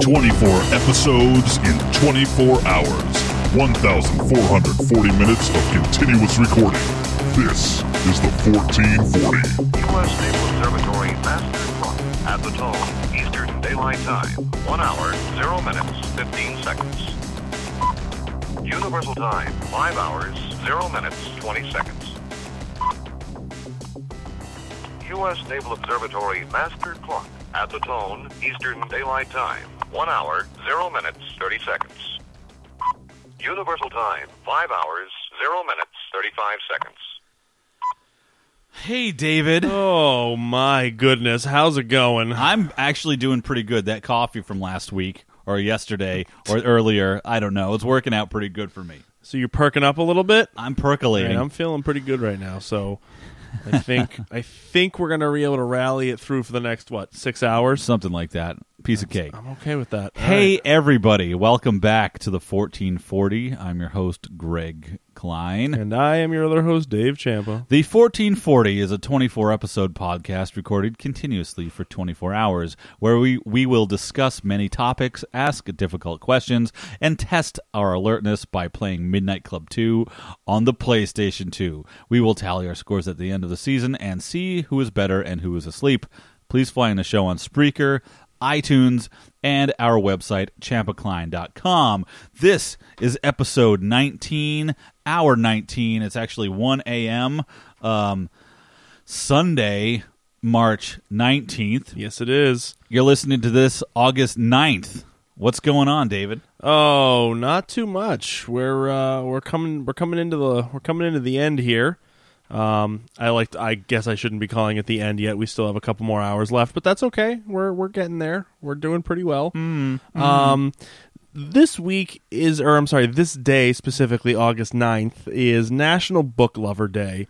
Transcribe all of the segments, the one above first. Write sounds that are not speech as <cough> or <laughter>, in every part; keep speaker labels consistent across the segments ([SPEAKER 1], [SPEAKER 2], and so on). [SPEAKER 1] 24 episodes in 24 hours. 1,440 minutes of continuous recording. This is the 1440.
[SPEAKER 2] U.S. Naval Observatory Master Clock at the tone, Eastern Daylight Time, 1 hour, 0 minutes, 15 seconds. Universal Time, 5 hours, 0 minutes, 20 seconds. U.S. Naval Observatory Master Clock at the tone, Eastern Daylight Time, 1 hour, 0 minutes, 30 seconds. Universal Time, 5 hours, 0 minutes, 35 seconds.
[SPEAKER 3] Hey, David.
[SPEAKER 4] Oh my goodness, how's it going?
[SPEAKER 3] I'm actually doing pretty good. That coffee from last week or yesterday or earlier, I don't know. It's working out pretty good for me.
[SPEAKER 4] So you're perking up a little bit?
[SPEAKER 3] I'm
[SPEAKER 4] All
[SPEAKER 3] percolating.
[SPEAKER 4] right, I'm feeling pretty good right now. So I think
[SPEAKER 3] <laughs>
[SPEAKER 4] I think we're gonna be able to rally it through for the next what six hours.
[SPEAKER 3] Something like that. Piece of cake.
[SPEAKER 4] I'm okay with that. All
[SPEAKER 3] Hey,
[SPEAKER 4] right.
[SPEAKER 3] everybody. Welcome back to the 1440. I'm your host, Greg Klein.
[SPEAKER 4] and I am your other host, Dave Champa.
[SPEAKER 3] The 1440 is a 24 episode podcast recorded continuously for 24 hours, where we, we will discuss many topics, ask difficult questions, and test our alertness by playing Midnight Club 2 on the PlayStation 2. We will tally our scores at the end of the season and see who is better and who is asleep. Please find the show on Spreaker, iTunes, and our website, champacline.com. This is episode 19, hour 19. It's actually 1 a.m. Um, Sunday, March 19th.
[SPEAKER 4] Yes, it is.
[SPEAKER 3] You're listening to this August 9th. What's going on, David?
[SPEAKER 4] Oh, not too much. We're uh, we're coming we're coming into the we're coming into the end here. Um, I like I guess I shouldn't be calling it the end yet. We still have a couple more hours left, but that's okay. We're we're getting there. We're doing pretty well. Um, this week is or I'm sorry, this day specifically August 9th is National Book Lover Day.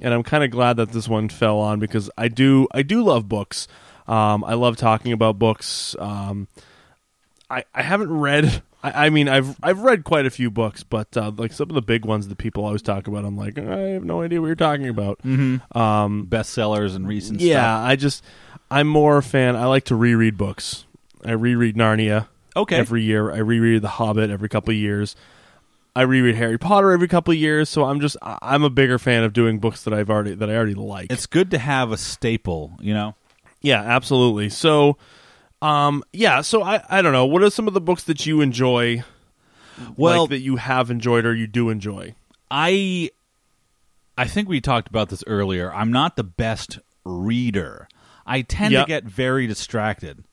[SPEAKER 4] And I'm kind of glad that this one fell on because I do I do love books. Um, I love talking about books. Um, I, I haven't read. I, I mean, I've I've read quite a few books, but uh, like some of the big ones that people always talk about, I'm like, I have no idea what you're talking about.
[SPEAKER 3] Bestsellers and recent
[SPEAKER 4] Yeah,
[SPEAKER 3] stuff.
[SPEAKER 4] I just I'm more a fan. I like to reread books. I reread Narnia.
[SPEAKER 3] Okay.
[SPEAKER 4] Every year, I reread The Hobbit every couple of years. I reread Harry Potter every couple of years. So I'm just I- I'm a bigger fan of doing books that I've already that I already like.
[SPEAKER 3] It's good to have a staple, you know?
[SPEAKER 4] Yeah, absolutely. So, um, yeah. So I, I don't know. What are some of the books that you enjoy?
[SPEAKER 3] Well-
[SPEAKER 4] like, that you have enjoyed or you do enjoy.
[SPEAKER 3] I I think we talked about this earlier. I'm not the best reader. I tend
[SPEAKER 4] Yeah.
[SPEAKER 3] to get very distracted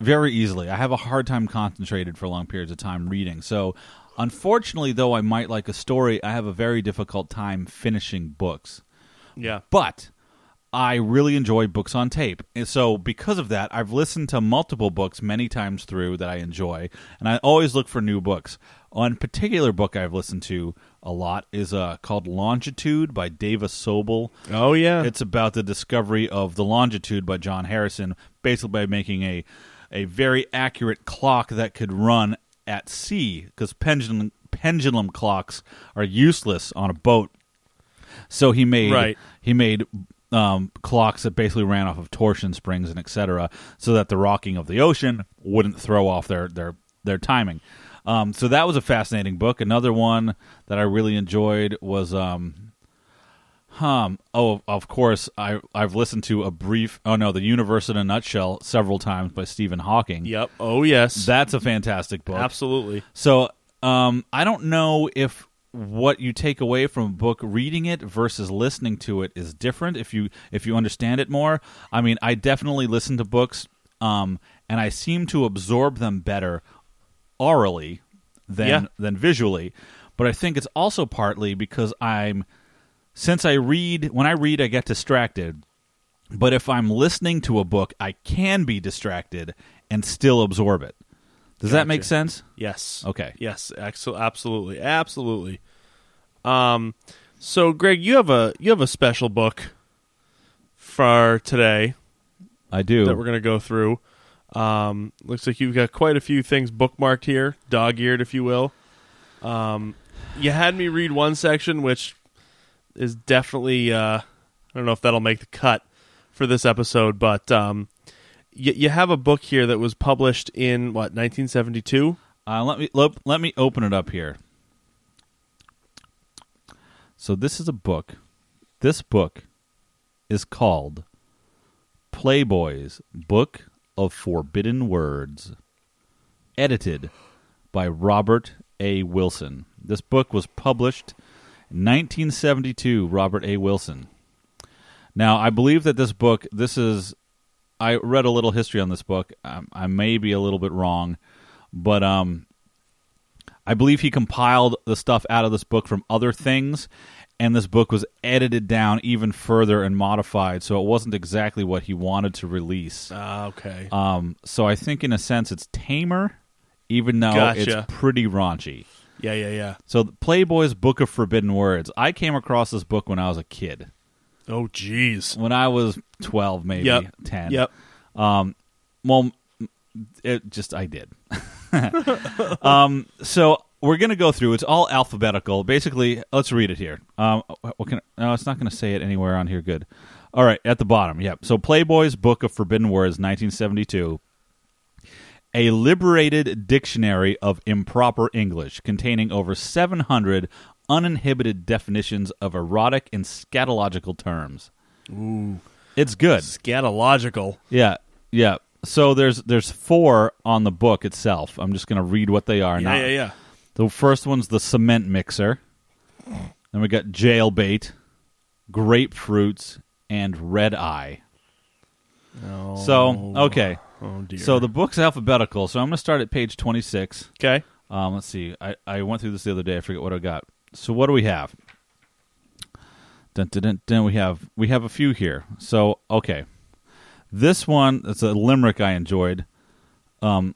[SPEAKER 3] very easily. I have a hard time concentrated for long periods of time reading. So, unfortunately, though I might like a story, I have a very difficult time finishing books
[SPEAKER 4] Yeah.
[SPEAKER 3] but I really enjoy books on tape. And so because of that, I've listened to multiple books many times through that I enjoy, and I always look for new books. One particular book I've listened to a lot is uh, called Longitude by Davis Sobel.
[SPEAKER 4] Oh yeah.
[SPEAKER 3] It's about the discovery of the longitude by John Harrison, basically by making a a very accurate clock that could run at sea because pendulum pendulum clocks are useless on a boat. So he made
[SPEAKER 4] Right.
[SPEAKER 3] he made um, clocks that basically ran off of torsion springs and etc. So that the rocking of the ocean wouldn't throw off their their their timing. Um, so that was a fascinating book. Another one that I really enjoyed was um, um, oh, of course, I I've listened to a brief. Oh no, the universe in a nutshell several times by Stephen Hawking.
[SPEAKER 4] yep. Oh yes.
[SPEAKER 3] that's a fantastic book.
[SPEAKER 4] absolutely.
[SPEAKER 3] So, um, I don't know if what you take away from a book reading it versus listening to it is different if you if you understand it more. I mean, I definitely listen to books um and I seem to absorb them better orally than
[SPEAKER 4] Yeah.
[SPEAKER 3] than visually, but I think it's also partly because I'm since I read when I read I get distracted. But if I'm listening to a book, I can be distracted and still absorb it. Does that make sense?
[SPEAKER 4] Yes.
[SPEAKER 3] Okay.
[SPEAKER 4] Yes. Ex- absolutely. Absolutely. Um. So, Greg, you have a you have a special book for today
[SPEAKER 3] I do.
[SPEAKER 4] that we're going to go through. Um, looks like you've got quite a few things bookmarked here, dog eared, if you will. Um, you had me read one section, which is definitely, uh, I don't know if that'll make the cut for this episode, but um, you, you have a book here that was published in what 1972.
[SPEAKER 3] Uh, let me let, let me open it up here. So this is a book. This book is called Playboy's Book of Forbidden Words, edited by Robert A. Wilson. This book was published in 1972, Robert A. Wilson. Now, I believe that this book, this is I read a little history on this book. I, I may be a little bit wrong, but um, I believe he compiled the stuff out of this book from other things, and this book was edited down even further and modified, so it wasn't exactly what he wanted to release.
[SPEAKER 4] Ah, okay.
[SPEAKER 3] Um, so I think in a sense it's tamer, even though
[SPEAKER 4] Gotcha.
[SPEAKER 3] it's pretty raunchy.
[SPEAKER 4] yeah, yeah, yeah.
[SPEAKER 3] So Playboy's Book of Forbidden Words. I came across this book when I was a kid,
[SPEAKER 4] Oh, jeez.
[SPEAKER 3] when I was twelve, maybe
[SPEAKER 4] Yep.
[SPEAKER 3] ten.
[SPEAKER 4] Yep.
[SPEAKER 3] Well, m- it just I did. <laughs> um, so we're gonna go through. It's all alphabetical. Basically, let's read it here. Um, what can? No, it's not gonna say it anywhere on here. Good. All right, at the bottom. Yep. So Playboy's Book of Forbidden Words, 1972. A liberated dictionary of improper English containing over 700 uninhibited definitions of erotic and scatological terms. Ooh. It's good.
[SPEAKER 4] Scatological.
[SPEAKER 3] Yeah, yeah. So there's there's four on the book itself. I'm just gonna read what they are now.
[SPEAKER 4] Yeah, yeah, yeah.
[SPEAKER 3] The first one's the cement mixer. Then we got jailbait, grapefruits, and red eye. So okay.
[SPEAKER 4] Oh dear.
[SPEAKER 3] So the book's alphabetical. So I'm gonna start at page 26.
[SPEAKER 4] okay.
[SPEAKER 3] Um, let's see. I, I went through this the other day. I forget what I got. So what do we have? Dun, dun, dun, dun. We have we have a few here. So okay, this one it's a limerick I enjoyed. Um,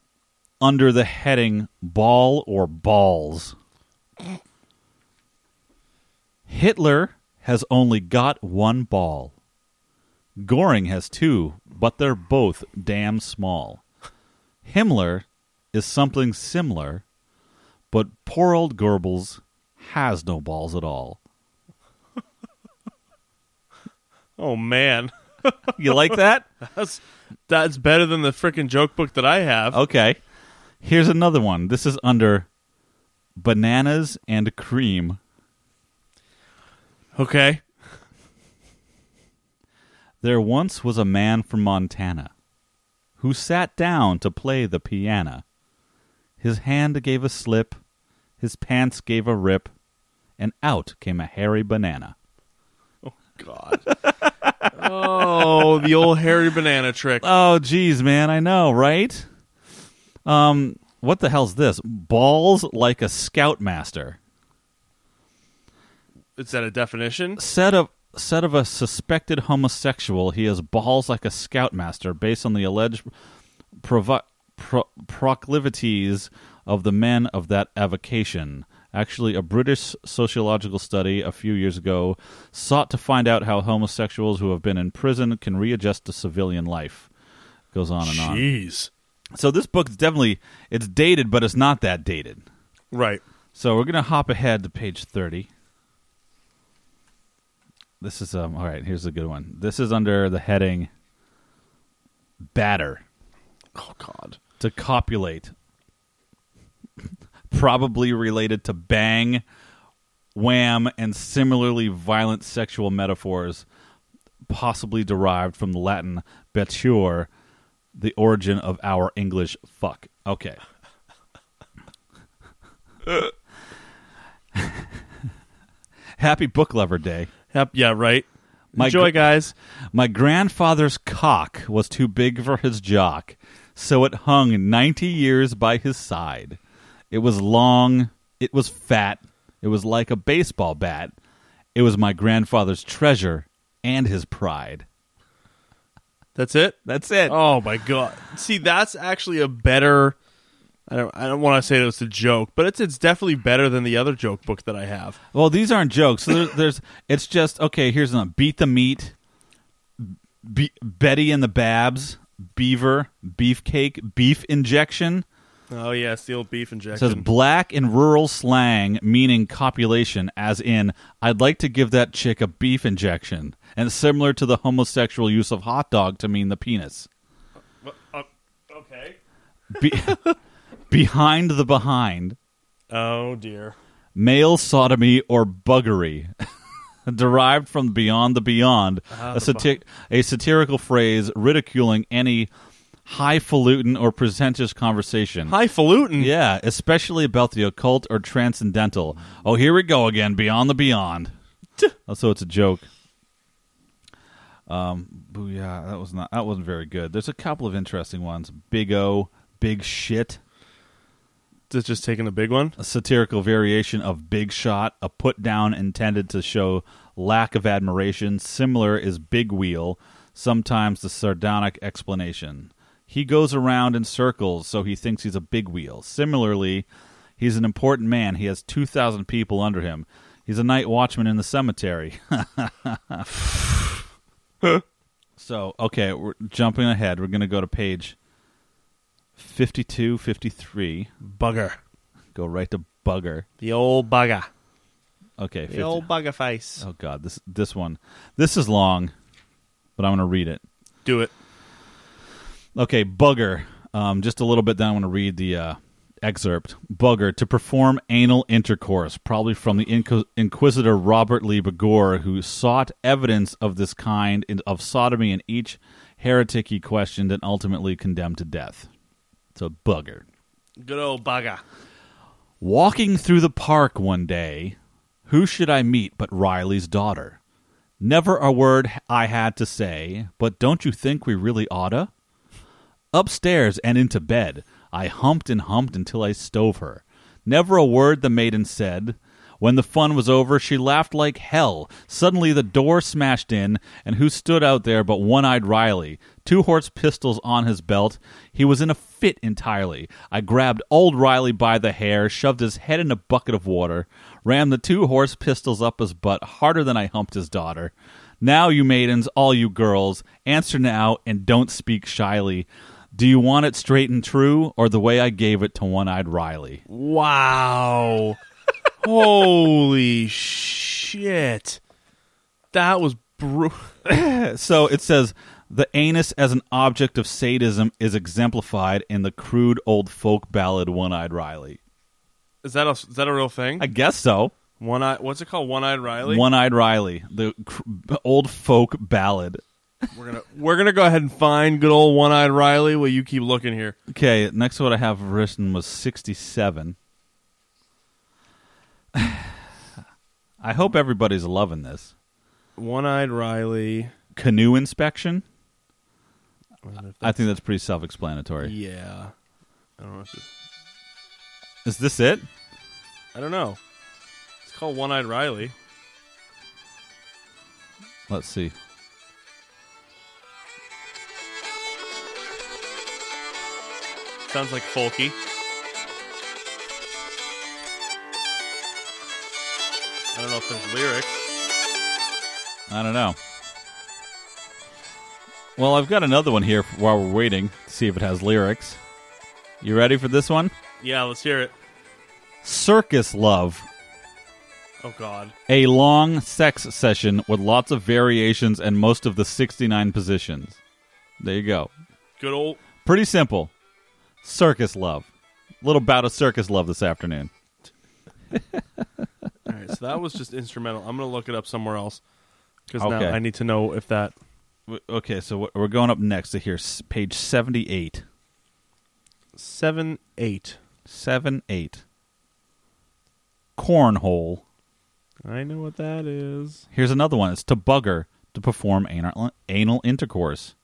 [SPEAKER 3] under the heading "Ball or Balls," Hitler has only got one ball. Goring has two, but they're both damn small. Himmler is something similar, but poor old Goebbels has no balls at all.
[SPEAKER 4] Oh man, <laughs>
[SPEAKER 3] You like that?
[SPEAKER 4] that's that's better than the freaking joke book that I have.
[SPEAKER 3] Okay. Here's another one. This is under bananas and cream.
[SPEAKER 4] Okay.
[SPEAKER 3] There once was a man from Montana who sat down to play the piano. His hand gave a slip, his pants gave a rip, and out came a hairy banana.
[SPEAKER 4] God. oh, the old hairy banana trick.
[SPEAKER 3] Oh, geez, man, I know, right? Um, what the hell's this? Balls like a scoutmaster.
[SPEAKER 4] <laughs> Is that a definition?
[SPEAKER 3] Said of said of a suspected homosexual, he has balls like a scoutmaster, based on the alleged provi- pro- proclivities of the men of that avocation. Actually, a British sociological study a few years ago sought to find out how homosexuals who have been in prison can readjust to civilian life. Goes on and on.
[SPEAKER 4] Jeez.
[SPEAKER 3] So this book's definitely it's dated, but it's not that dated.
[SPEAKER 4] Right.
[SPEAKER 3] So we're gonna hop ahead to page thirty. This is um all right. Here's a good one. This is under the heading "batter
[SPEAKER 4] Oh God.
[SPEAKER 3] to copulate," <laughs> probably related to bang, wham, and similarly violent sexual metaphors, possibly derived from the Latin "batur," the origin of our English "fuck." Okay. Happy Book Lover Day.
[SPEAKER 4] Yep. Yeah. Right.
[SPEAKER 3] My
[SPEAKER 4] Enjoy,
[SPEAKER 3] gr-
[SPEAKER 4] guys.
[SPEAKER 3] My grandfather's cock was too big for his jock, so it hung 90 years by his side. It was long, it was fat, it was like a baseball bat. It was my grandfather's treasure and his pride.
[SPEAKER 4] That's it.
[SPEAKER 3] That's it.
[SPEAKER 4] Oh my god. See, that's actually a better. I don't. I don't want to say it was a joke, but it's it's definitely better than the other joke book that I have.
[SPEAKER 3] Well, these aren't jokes. So there, <laughs> there's it's just okay, here's another beat the meat, be, Betty and the Babs, Beaver, Beefcake, Beef Injection.
[SPEAKER 4] Oh yeah, it's the old beef
[SPEAKER 3] It says
[SPEAKER 4] injection.
[SPEAKER 3] black in rural slang meaning copulation, as in, I'd like to give that chick a beef injection, and similar to the homosexual use of hot dog to mean the penis.
[SPEAKER 4] What?
[SPEAKER 3] Be- <laughs> behind the behind,
[SPEAKER 4] Oh dear.
[SPEAKER 3] male sodomy or buggery. <laughs> Derived from beyond the beyond, a, sati- a satirical phrase ridiculing any highfalutin or pretentious conversation.
[SPEAKER 4] Highfalutin.
[SPEAKER 3] Yeah, especially about the occult or transcendental. Oh, here we go again, beyond the beyond. Oh, so it's a joke. Um, booyah, that was not that wasn't very good. There's a couple of interesting ones. Big O, big shit,
[SPEAKER 4] Just, just taking a big one.
[SPEAKER 3] a satirical variation of big shot, a put down intended to show lack of admiration. Similar is big wheel, sometimes the sardonic explanation. He goes around in circles, so he thinks he's a big wheel. Similarly, he's an important man. He has 2,000 people under him. He's a night watchman in the cemetery. <laughs> so, okay, we're jumping ahead. We're going to go to page 52, 53.
[SPEAKER 4] Bugger.
[SPEAKER 3] Go right to bugger.
[SPEAKER 4] The old bugger.
[SPEAKER 3] Okay. 50.
[SPEAKER 4] The old bugger face.
[SPEAKER 3] oh God, this this one, this is long, but I'm going to read it.
[SPEAKER 4] Do it.
[SPEAKER 3] Okay, bugger. Um, just a little bit. Then I'm going to read the uh, excerpt. Bugger to perform anal intercourse, probably from the Inqu- Inquisitor Robert Lee Begor, who sought evidence of this kind in, of sodomy in each heretic he questioned and ultimately condemned to death. So bugger.
[SPEAKER 4] Good old bugger.
[SPEAKER 3] Walking through the park one day, who should I meet but Riley's daughter? Never a word I had to say, but don't you think we really oughta? Upstairs and into bed, I humped and humped until I stove her. Never a word the maiden said. When the fun was over, she laughed like hell. Suddenly the door smashed in, and who stood out there but one eyed Riley? Two horse pistols on his belt. He was in a fit entirely. I grabbed old Riley by the hair, shoved his head in a bucket of water, rammed the two horse pistols up his butt harder than I humped his daughter. Now, you maidens, all you girls, answer now and don't speak shyly. Do you want it straight and true, or the way I gave it to one eyed Riley?
[SPEAKER 4] Wow. Holy shit. That was brutal.
[SPEAKER 3] So it says the anus as an object of sadism is exemplified in the crude old folk ballad One Eyed Riley.
[SPEAKER 4] Is that a, is that a real thing?
[SPEAKER 3] I guess so.
[SPEAKER 4] One eye. What's it called? One eyed Riley.
[SPEAKER 3] One Eyed Riley, the cr- old folk ballad.
[SPEAKER 4] We're gonna we're gonna go ahead and find good old one eyed Riley. Will you keep looking here?
[SPEAKER 3] Okay, next what I have written was 67. <sighs> I hope everybody's loving this.
[SPEAKER 4] One eyed Riley.
[SPEAKER 3] Canoe inspection? I think that's pretty self explanatory.
[SPEAKER 4] Yeah. I don't know. If it,
[SPEAKER 3] Is this it?
[SPEAKER 4] I don't know. It's called one eyed Riley.
[SPEAKER 3] Let's see.
[SPEAKER 4] Sounds like folky. I don't know if there's lyrics.
[SPEAKER 3] I don't know. Well, I've got another one here while we're waiting to see if it has lyrics. You ready for this one?
[SPEAKER 4] Yeah, let's hear it.
[SPEAKER 3] Circus Love.
[SPEAKER 4] Oh God.
[SPEAKER 3] A long sex session with lots of variations and most of the 69 positions. There you go.
[SPEAKER 4] Good old.
[SPEAKER 3] Pretty simple. Circus Love. Little bout of circus love this afternoon.
[SPEAKER 4] All right, so that was just instrumental. I'm gonna look it up somewhere else because
[SPEAKER 3] Okay.
[SPEAKER 4] now I need to know if that.
[SPEAKER 3] W- Okay, so w- we're going up next to here, s- page 78.
[SPEAKER 4] Seven eight.
[SPEAKER 3] 7 8. Cornhole.
[SPEAKER 4] I know what that is.
[SPEAKER 3] Here's another one. It's to bugger to perform anal, anal intercourse.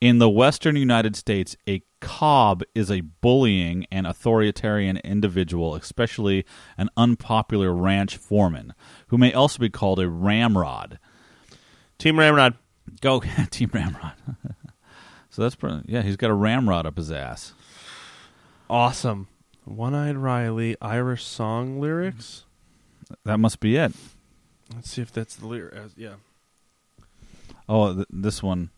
[SPEAKER 3] In the western United States, a cob is a bullying and authoritarian individual, especially an unpopular ranch foreman, who may also be called a ramrod.
[SPEAKER 4] Team Ramrod.
[SPEAKER 3] Go, <laughs> Team Ramrod. so that's pretty, yeah, he's got a ramrod up his ass.
[SPEAKER 4] Awesome. One Eyed Riley, Irish song lyrics.
[SPEAKER 3] That must be it.
[SPEAKER 4] Let's see if that's the lyric. uh, Yeah.
[SPEAKER 3] Oh, th- this one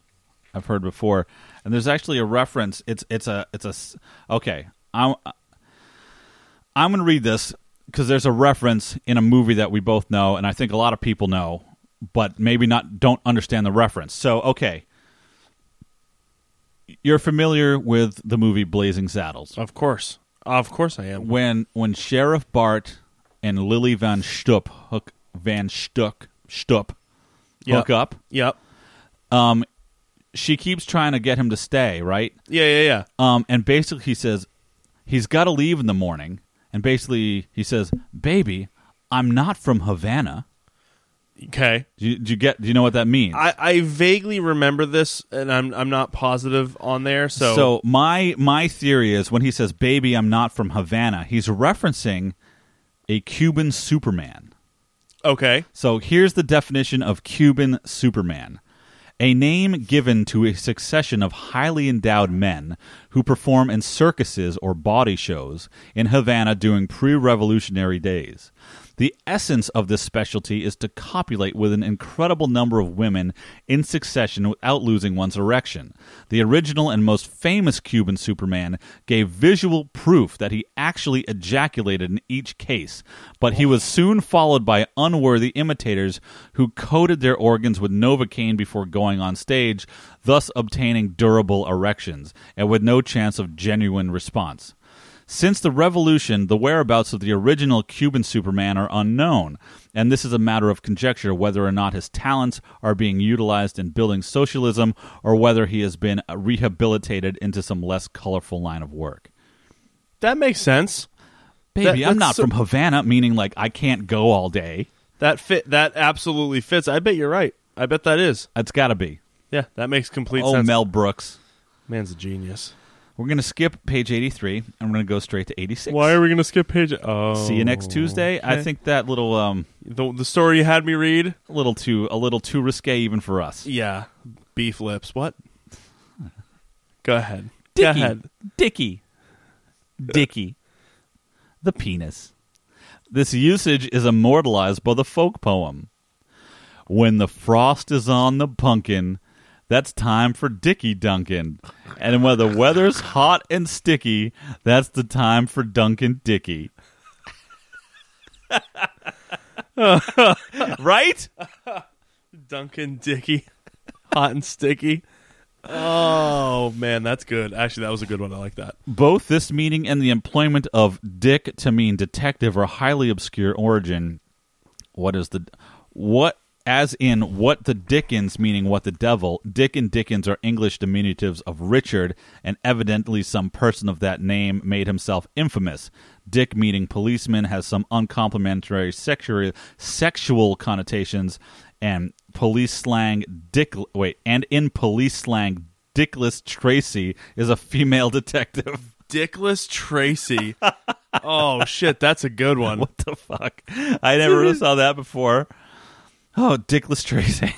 [SPEAKER 3] I've heard before, and there's actually a reference. It's it's a it's a s- okay. I'm I'm gonna read this because there's a reference in a movie that we both know, and I think a lot of people know, but maybe not don't understand the reference. So okay, you're familiar with the movie Blazing Saddles.
[SPEAKER 4] Of course. Of course I am.
[SPEAKER 3] When when Sheriff Bart and Lily Van Stupp hook Van Stuck Stupp
[SPEAKER 4] Yeah.
[SPEAKER 3] hook up,
[SPEAKER 4] Yep.
[SPEAKER 3] she keeps trying to get him to stay, right?
[SPEAKER 4] Yeah, yeah, yeah.
[SPEAKER 3] Um, and basically, he says he's got to leave in the morning. And basically, he says, "Baby, I'm not from Havana."
[SPEAKER 4] Okay.
[SPEAKER 3] Do you, do you get? Do you know what that means?
[SPEAKER 4] I, I vaguely remember this and I'm I'm not positive on there, so,
[SPEAKER 3] my my theory is when he says, "Baby, I'm not from Havana," he's referencing a Cuban Superman.
[SPEAKER 4] okay.
[SPEAKER 3] So here's the definition of Cuban Superman. A name given to a succession of highly endowed men who perform in circuses or body shows in Havana during pre revolutionary days. The essence of this specialty is to copulate with an incredible number of women in succession without losing one's erection. The original and most famous Cuban Superman gave visual proof that he actually ejaculated in each case, but he was soon followed by unworthy imitators who coated their organs with Novocaine before going on stage, thus obtaining durable erections and with no chance of genuine response. Since the revolution, the whereabouts of the original Cuban Superman are unknown, and this is a matter of conjecture whether or not his talents are being utilized in building socialism or whether he has been uh, rehabilitated into some less colorful line of work.
[SPEAKER 4] That makes sense.
[SPEAKER 3] Baby,
[SPEAKER 4] That-
[SPEAKER 3] I'm
[SPEAKER 4] that's
[SPEAKER 3] not
[SPEAKER 4] so-
[SPEAKER 3] from Havana, meaning like I can't go all day.
[SPEAKER 4] That fit that absolutely fits. I bet you're right. I bet that is.
[SPEAKER 3] That's got to be.
[SPEAKER 4] Yeah, that makes complete
[SPEAKER 3] Oh,
[SPEAKER 4] sense.
[SPEAKER 3] Mel Brooks.
[SPEAKER 4] Man's a genius.
[SPEAKER 3] We're going to skip page 83 and we're going to go straight to 86.
[SPEAKER 4] Why are we gonna skip page? Oh,
[SPEAKER 3] See you next Tuesday. I think that little um
[SPEAKER 4] the the story you had me read.
[SPEAKER 3] little too a little too risque even for us.
[SPEAKER 4] Yeah, beef lips. What? Go ahead. Go
[SPEAKER 3] Dicky.
[SPEAKER 4] ahead.
[SPEAKER 3] Dicky. Dicky. The penis. This usage is immortalized by the folk poem. When the frost is on the pumpkin, that's time for Dicky Duncan. And when the weather's hot and sticky, that's the time for Duncan Dicky. <laughs> right?
[SPEAKER 4] Duncan Dicky, <laughs> hot and sticky. Oh man, that's good. Actually, that was a good one. I like that.
[SPEAKER 3] Both this meaning and the employment of dick to mean detective are highly obscure origin. What is the what as in what the Dickens meaning what the devil? Dick and Dickens are English diminutives of Richard, and evidently some person of that name made himself infamous. Dick meaning policeman has some uncomplimentary sexual sexual connotations, and police slang dick wait and in police slang Dickless Tracy is a female <laughs> detective.
[SPEAKER 4] Dickless Tracy. oh shit, that's a good one.
[SPEAKER 3] What the fuck? I never saw that before. Oh, Dickless Tracy.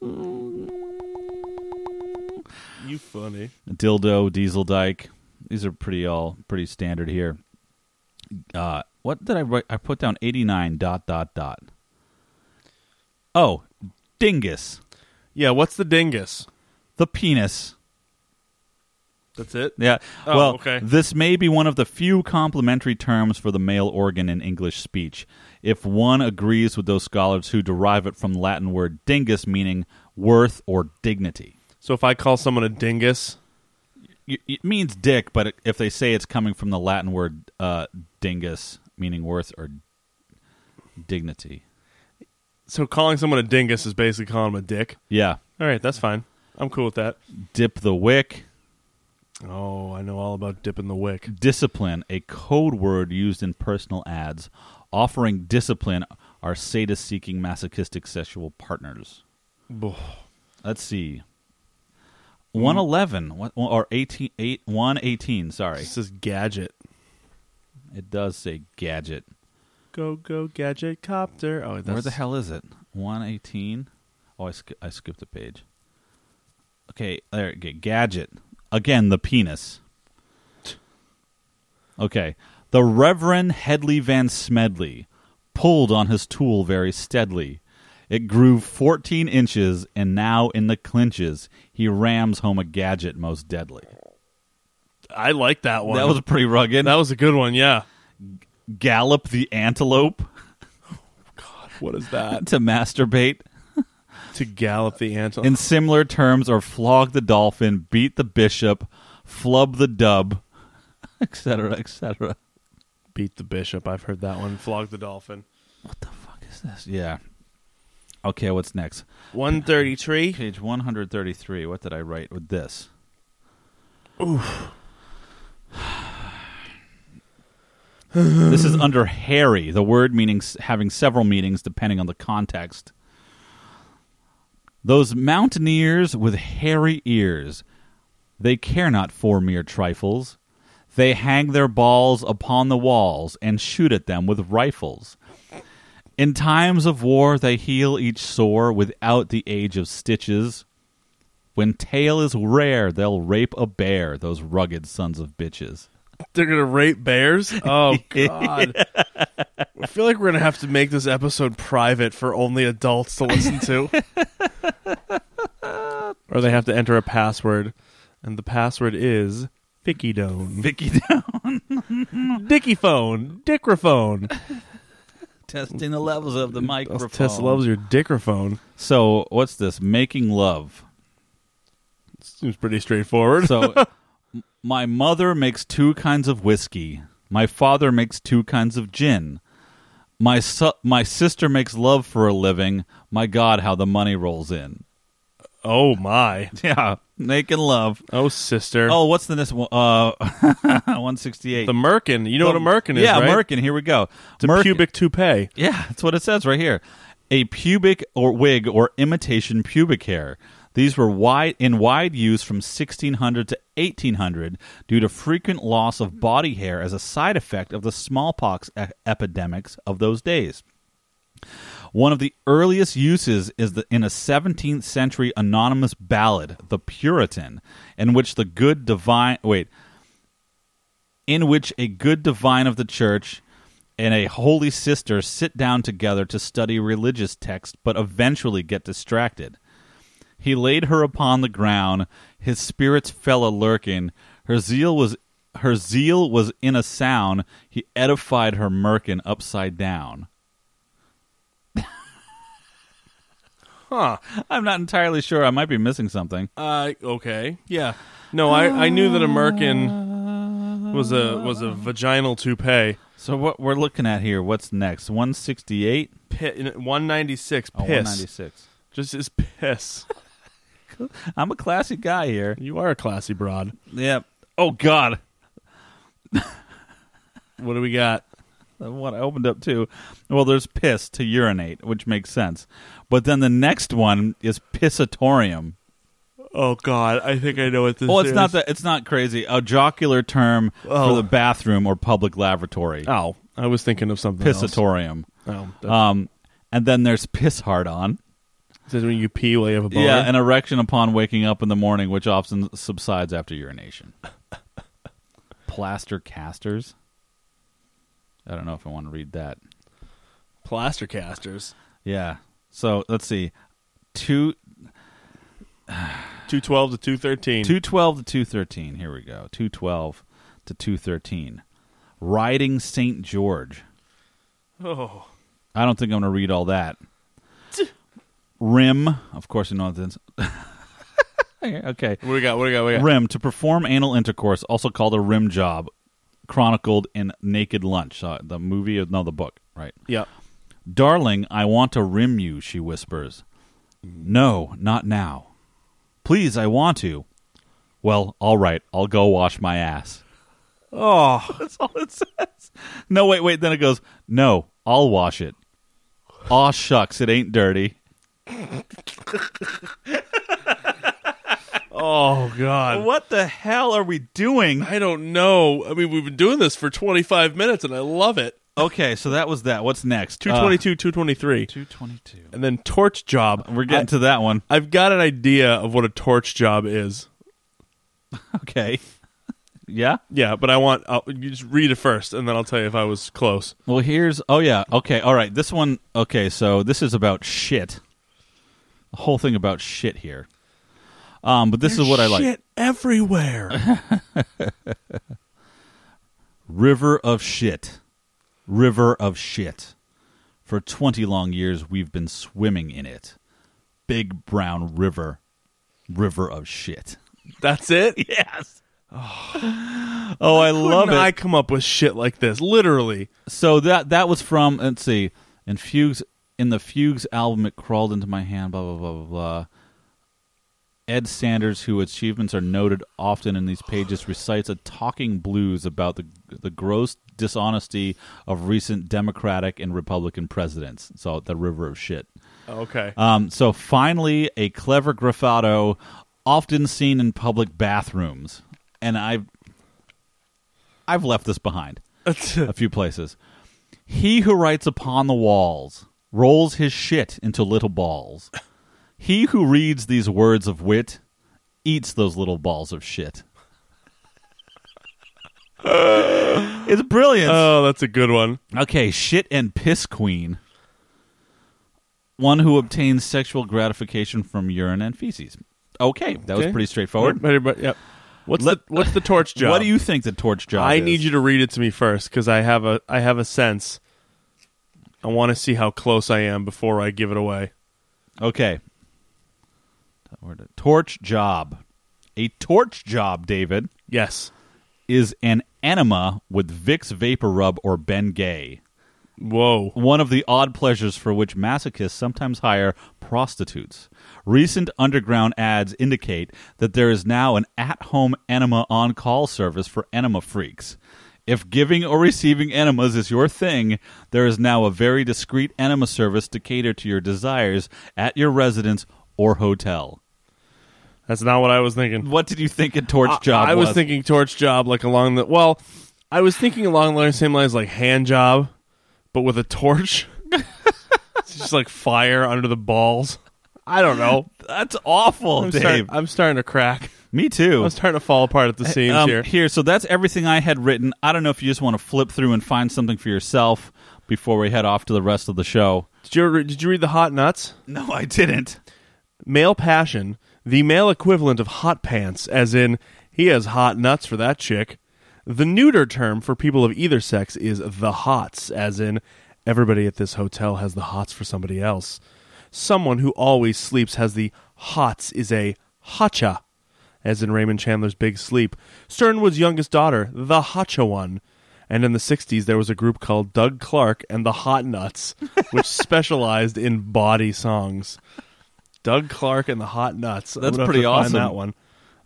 [SPEAKER 3] <laughs>
[SPEAKER 4] You funny.
[SPEAKER 3] Dildo, Diesel Dyke. These are pretty all pretty standard here. Uh, what did I write? I put down 89 dot dot dot. Oh, dingus.
[SPEAKER 4] Yeah, what's the dingus?
[SPEAKER 3] The penis.
[SPEAKER 4] That's it.
[SPEAKER 3] Yeah.
[SPEAKER 4] Oh,
[SPEAKER 3] well,
[SPEAKER 4] okay.
[SPEAKER 3] this may be one of the few complimentary terms for the male organ in English speech, if one agrees with those scholars who derive it from the Latin word dingus, meaning worth or dignity.
[SPEAKER 4] So if I call someone a dingus,
[SPEAKER 3] Y- It means dick, but if they say it's coming from the Latin word uh, dingus, meaning worth or dignity.
[SPEAKER 4] so calling someone a dingus is basically calling them a dick.
[SPEAKER 3] Yeah.
[SPEAKER 4] All right, that's fine. I'm cool with that.
[SPEAKER 3] Dip the wick.
[SPEAKER 4] Oh, I know all about dipping the wick.
[SPEAKER 3] Discipline, a code word used in personal ads, offering discipline are sadist seeking masochistic sexual partners.
[SPEAKER 4] Boh.
[SPEAKER 3] Let's see. 111 what- or 18 eight, 118, sorry.
[SPEAKER 4] This is gadget.
[SPEAKER 3] It does say gadget.
[SPEAKER 4] Go go gadget copter. Oh, that's
[SPEAKER 3] Where the hell is it? 118. Oh, I, sk- I skipped a page. Okay, there okay, gadget. Again, the penis. Okay. The Reverend Headley Van Smedley pulled on his tool very steadily. It grew 14 inches, and now in the clinches, he rams home a gadget most deadly.
[SPEAKER 4] I like that one.
[SPEAKER 3] That was pretty rugged.
[SPEAKER 4] that was a good one. Yeah.
[SPEAKER 3] Gallop the antelope
[SPEAKER 4] What is
[SPEAKER 3] <laughs>
[SPEAKER 4] that?
[SPEAKER 3] to masturbate.
[SPEAKER 4] <laughs> to gallop the antelope.
[SPEAKER 3] in similar terms are flog the dolphin, beat the bishop, flub the dub, <laughs> etc., etc.
[SPEAKER 4] Beat the bishop. I've heard that one. Flog the dolphin.
[SPEAKER 3] What the fuck is this? Yeah. Okay, what's next?
[SPEAKER 4] One thirty-three.
[SPEAKER 3] Page 133. What did I write with this? Oof. this is under hairy, the word meaning s- having several meanings depending on the context. Those mountaineers with hairy ears, they care not for mere trifles. They hang their balls upon the walls and shoot at them with rifles. In times of war, they heal each sore without the age of stitches. When tail is rare, they'll rape a bear, those rugged sons of bitches.
[SPEAKER 4] They're gonna rape bears.
[SPEAKER 3] <laughs>
[SPEAKER 4] Oh God! I feel like we're gonna have to make this episode private for only adults to listen to, or they have to enter a password, and the password is Fickydone,
[SPEAKER 3] Vicky down.
[SPEAKER 4] Dickyphone, Dicrophone.
[SPEAKER 3] Testing the levels of the microphone.
[SPEAKER 4] Tess loves your Dicrophone.
[SPEAKER 3] So, what's this? Making love.
[SPEAKER 4] Seems pretty straightforward. <laughs>
[SPEAKER 3] So, m- my mother makes two kinds of whiskey. My father makes two kinds of gin. My, su- my sister makes love for a living. My God, how the money rolls in. <laughs>
[SPEAKER 4] oh my!
[SPEAKER 3] Yeah, making love.
[SPEAKER 4] Oh sister!
[SPEAKER 3] Oh, what's the next one? Uh, <laughs> 168.
[SPEAKER 4] the Merkin. You know what a Merkin is,
[SPEAKER 3] yeah,
[SPEAKER 4] right?
[SPEAKER 3] Merkin. Here we go.
[SPEAKER 4] It's a
[SPEAKER 3] Merkin.
[SPEAKER 4] pubic toupee.
[SPEAKER 3] Yeah, that's what it says right here. A pubic or wig or imitation pubic hair. These were wide in wide use from 1600 to 1800 due to frequent loss of body hair as a side effect of the smallpox e- epidemics of those days. One of the earliest uses is the, in a 17th century anonymous ballad, The Puritan, in which the good divine wait, in which a good divine of the church and a holy sister sit down together to study religious text but eventually get distracted. He laid her upon the ground, his spirits fell a lurkin, her zeal was her zeal was in a sound, he edified her merkin upside down.
[SPEAKER 4] <laughs> Huh.
[SPEAKER 3] I'm not entirely sure. I might be missing something.
[SPEAKER 4] Uh, okay. Yeah. No, I, I knew that a merkin was a was a vaginal toupee.
[SPEAKER 3] So what we're looking at here, what's next? 168?
[SPEAKER 4] Pit, 196
[SPEAKER 3] Oh,
[SPEAKER 4] piss.
[SPEAKER 3] 196.
[SPEAKER 4] Just is piss.
[SPEAKER 3] I'm a classy guy here.
[SPEAKER 4] You are a classy broad.
[SPEAKER 3] Yep. Oh god.
[SPEAKER 4] What do we got?
[SPEAKER 3] What I opened up to. Well, there's piss to urinate, which makes sense. But then the next one is pissatorium.
[SPEAKER 4] Oh God, I think I know what this
[SPEAKER 3] Well, Oh, it's not that it's not crazy. A jocular term
[SPEAKER 4] Oh.
[SPEAKER 3] for the bathroom or public lavatory.
[SPEAKER 4] Oh, I was thinking of something else.
[SPEAKER 3] pissatorium.
[SPEAKER 4] Oh, that's-
[SPEAKER 3] Um and then there's piss hard on.
[SPEAKER 4] is this when you pee while you have a boner?
[SPEAKER 3] Yeah, an erection upon waking up in the morning, which often subsides after urination. <laughs> Plaster casters. I don't know if I want to read that.
[SPEAKER 4] plaster casters.
[SPEAKER 3] Yeah. So let's see. Two
[SPEAKER 4] 212 to 213.
[SPEAKER 3] two twelve to two thirteen. Here we go. Two twelve to two thirteen. Riding Saint George.
[SPEAKER 4] oh.
[SPEAKER 3] I don't think I'm going to read all that. Rim, of course, you know what this. <laughs> okay.
[SPEAKER 4] What do we got? What do we got? What do we got?
[SPEAKER 3] Rim to perform anal intercourse, also called a rim job, chronicled in Naked Lunch, uh, the movie, or- no, the book, right?
[SPEAKER 4] Yep.
[SPEAKER 3] Darling, I want to rim you, she whispers. No, not now. Please, I want to. Well, all right, I'll go wash my ass. <laughs>
[SPEAKER 4] Oh,
[SPEAKER 3] That's all it says. No, wait, wait. Then it goes, no, I'll wash it. Aw, shucks, it ain't dirty.
[SPEAKER 4] oh God.
[SPEAKER 3] What the hell are we doing?
[SPEAKER 4] I don't know. I mean, we've been doing this for 25 minutes, and I love it.
[SPEAKER 3] Okay, so that was that. What's next? Uh,
[SPEAKER 4] 222, 223.
[SPEAKER 3] 222.
[SPEAKER 4] And then torch job.
[SPEAKER 3] We're getting
[SPEAKER 4] I,
[SPEAKER 3] to that one.
[SPEAKER 4] I've got an idea of what a torch job is.
[SPEAKER 3] Okay. yeah?
[SPEAKER 4] Yeah, but I want I'll, you just read it first, and then I'll tell you if I was close.
[SPEAKER 3] Well, here's. Oh, yeah. Okay. All right. This one. Okay. So this is about shit. The whole thing about shit here. Um, but this is what I like.
[SPEAKER 4] Shit everywhere.
[SPEAKER 3] <laughs> River of shit. River of shit. For 20 long years, we've been swimming in it. big brown river, river of shit.
[SPEAKER 4] That's <laughs> it.
[SPEAKER 3] Yes. Oh, I love it.
[SPEAKER 4] Couldn't I come up with shit like this. Literally.
[SPEAKER 3] So that that was from let's see, in Fugues in the Fugues album, it crawled into my hand. Blah blah blah blah blah. Ed Sanders, whose achievements are noted often in these pages, recites a talking blues about the the gross dishonesty of recent Democratic and Republican presidents. So the river of shit.
[SPEAKER 4] Oh, Okay.
[SPEAKER 3] Um, so finally, a clever graffato, often seen in public bathrooms, and I've I've left this behind a few places. He who writes upon the walls rolls his shit into little balls. He who reads these words of wit eats those little balls of shit. it's brilliant.
[SPEAKER 4] <laughs> oh, that's a good one.
[SPEAKER 3] Okay, shit and piss queen. One who obtains sexual gratification from urine and feces. Okay, that was
[SPEAKER 4] Okay.
[SPEAKER 3] pretty straightforward.
[SPEAKER 4] Everybody- yep. What's
[SPEAKER 3] Let-
[SPEAKER 4] the What's the <laughs> torch
[SPEAKER 3] <laughs>
[SPEAKER 4] job?
[SPEAKER 3] What do you think the torch job?
[SPEAKER 4] I
[SPEAKER 3] is?
[SPEAKER 4] need you to read it to me first because I have a I have a sense. I want to see how close I am before I give it away.
[SPEAKER 3] Okay. That word- Torch job. A torch job, David,
[SPEAKER 4] Yes.
[SPEAKER 3] is an enema with Vicks Vapor Rub or Ben Gay.
[SPEAKER 4] Whoa.
[SPEAKER 3] one of the odd pleasures for which masochists sometimes hire prostitutes. Recent underground ads indicate that there is now an at home enema on call service for enema freaks. If giving or receiving enemas is your thing, there is now a very discreet enema service to cater to your desires at your residence or hotel.
[SPEAKER 4] That's not what I was thinking.
[SPEAKER 3] What did you think a torch job
[SPEAKER 4] I, I was, thinking torch job like along the well, I was thinking along the same lines like hand job, but with a
[SPEAKER 3] <laughs>
[SPEAKER 4] torch. it's just like fire under the balls. I don't know.
[SPEAKER 3] That's awful,
[SPEAKER 4] I'm,
[SPEAKER 3] Oh, Dave.
[SPEAKER 4] start- I'm starting to crack.
[SPEAKER 3] Me too.
[SPEAKER 4] I'm starting to fall apart at the seams
[SPEAKER 3] Um,
[SPEAKER 4] here.
[SPEAKER 3] so that's everything I had written. I don't know if you just want to flip through and find something for yourself before we head off to the rest of the show.
[SPEAKER 4] Did you re- did you read the hot nuts?
[SPEAKER 3] No, I didn't.
[SPEAKER 4] Male passion, the male equivalent of hot pants, as in he has hot nuts for that chick. The neuter term for people of either sex is the hots, as in everybody at this hotel has the hots for somebody else. Someone who always sleeps has the hots is a hotcha, as in Raymond Chandler's Big Sleep. Sternwood's youngest daughter, the hotcha one. And in the 60s, there was a group called Doug Clark and the Hot Nuts, which specialized in body songs. Doug Clark and the Hot Nuts. I'm
[SPEAKER 3] That's
[SPEAKER 4] gonna have
[SPEAKER 3] pretty
[SPEAKER 4] to find
[SPEAKER 3] awesome.
[SPEAKER 4] that one.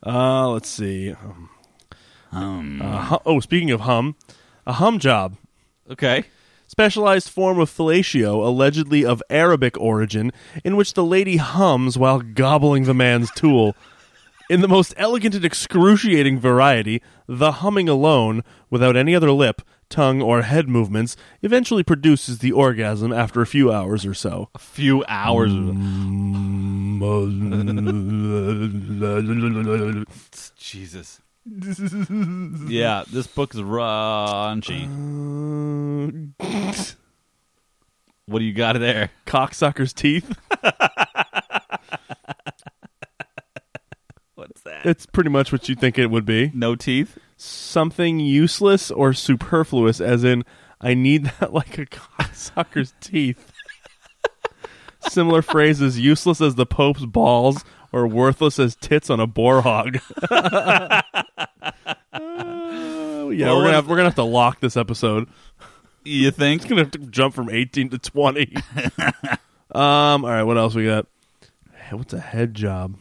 [SPEAKER 4] Uh, let's see. Um, uh, hu- oh, speaking of hum, a hum job.
[SPEAKER 3] Okay.
[SPEAKER 4] Specialized form of fellatio, allegedly of Arabic origin, in which the lady hums while gobbling the man's tool. In the most elegant and excruciating variety, the humming alone, without any other lip, tongue, or head movements, eventually produces the orgasm after a few hours or so.
[SPEAKER 3] A few hours. <laughs> Jesus. yeah, this book is <laughs> raunchy. What do you got there?
[SPEAKER 4] cocksucker's teeth.
[SPEAKER 3] <laughs> What's that?
[SPEAKER 4] It's pretty much what you think it would be.
[SPEAKER 3] No teeth?
[SPEAKER 4] Something useless or superfluous, as in, I need that <laughs> like a cocksucker's teeth. Similar phrases, useless as the Pope's balls or worthless as tits on a boar
[SPEAKER 3] <laughs>
[SPEAKER 4] <laughs> hog. Uh,
[SPEAKER 3] Well,
[SPEAKER 4] yeah,
[SPEAKER 3] what-
[SPEAKER 4] we're, gonna have, we're gonna have to lock this episode.
[SPEAKER 3] You
[SPEAKER 4] It's
[SPEAKER 3] think?
[SPEAKER 4] <laughs> gonna have to jump from eighteen to twenty. um. All right. What else we got? Hey, What's a head job?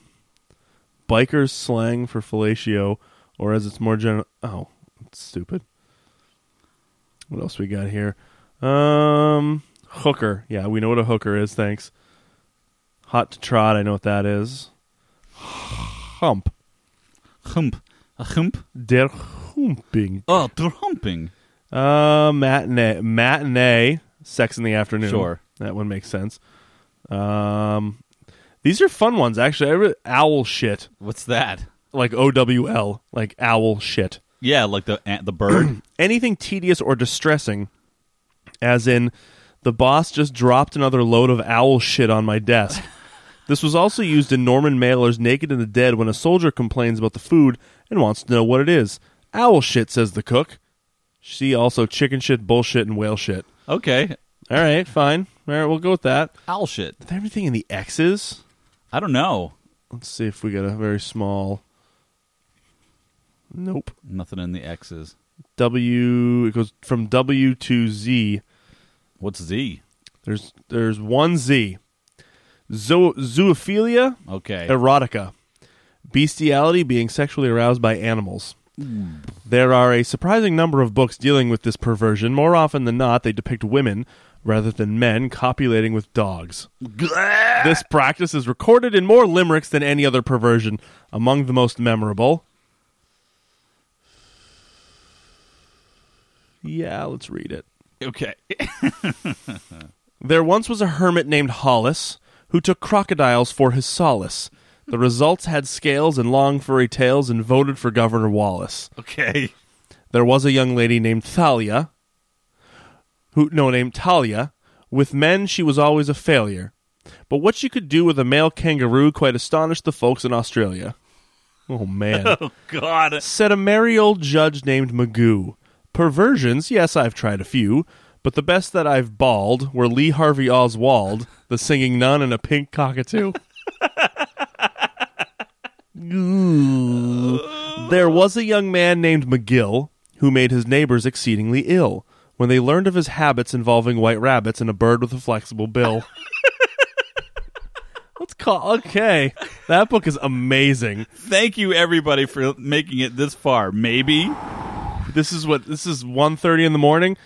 [SPEAKER 4] Biker's slang for fellatio, or as it's more general. Oh, it's stupid. What else we got here? Um, hooker. Yeah, we know what a hooker is. Thanks. Hot to trot. I know what that is. Hump.
[SPEAKER 3] Hump. A hump?
[SPEAKER 4] Der humping.
[SPEAKER 3] Oh, they're humping.
[SPEAKER 4] Uh, matinee, matinee, Sex in the Afternoon.
[SPEAKER 3] Sure.
[SPEAKER 4] that one makes sense. Um, these are fun ones actually. I re- owl shit,
[SPEAKER 3] What's that?
[SPEAKER 4] like O W L, like owl shit.
[SPEAKER 3] Yeah, like the ant- the <clears throat> bird.
[SPEAKER 4] Anything tedious or distressing, as in, the boss just dropped another load of owl shit on my desk. This was also used in Norman Mailer's Naked and the Dead when a soldier complains about the food and wants to know what it is. Owl shit, says the cook. See also chicken shit, bullshit, and whale shit.
[SPEAKER 3] okay.
[SPEAKER 4] All right, fine. All right, we'll go with that.
[SPEAKER 3] Owl shit.
[SPEAKER 4] Everything in the X's.
[SPEAKER 3] I don't know.
[SPEAKER 4] Let's see if we got a very small. Nope.
[SPEAKER 3] Nothing in the X's.
[SPEAKER 4] W it goes from W to Z.
[SPEAKER 3] What's Z?
[SPEAKER 4] There's there's one Z. Zo- zoophilia,
[SPEAKER 3] Okay.
[SPEAKER 4] Er- erotica, bestiality being sexually aroused by animals. There are a surprising number of books dealing with this perversion. More often than not, they depict women rather than men copulating with dogs. this practice is recorded in more limericks than any other perversion. Among the most memorable. Yeah, let's read it.
[SPEAKER 3] okay. <laughs>
[SPEAKER 4] There once was a hermit named Hollis who took crocodiles for his solace. The results had scales and long furry tails and voted for Governor Wallace.
[SPEAKER 3] Okay.
[SPEAKER 4] There was a young lady named Thalia who no named Talia. With men she was always a failure. But what she could do with a male kangaroo quite astonished the folks in Australia. Oh man.
[SPEAKER 3] <laughs> Oh God.
[SPEAKER 4] said a merry old judge named Magoo. Perversions, yes, I've tried a few, but the best that I've bawled were Lee Harvey Oswald, the singing nun, and a pink cockatoo. Ooh. there was a young man named McGill who made his neighbors exceedingly ill when they learned of his habits involving white rabbits and a bird with a flexible bill.
[SPEAKER 3] <laughs>
[SPEAKER 4] Let's call. Okay. That book is amazing.
[SPEAKER 3] Thank you everybody for making it this far. Maybe
[SPEAKER 4] This is what this is 1.30 in the morning.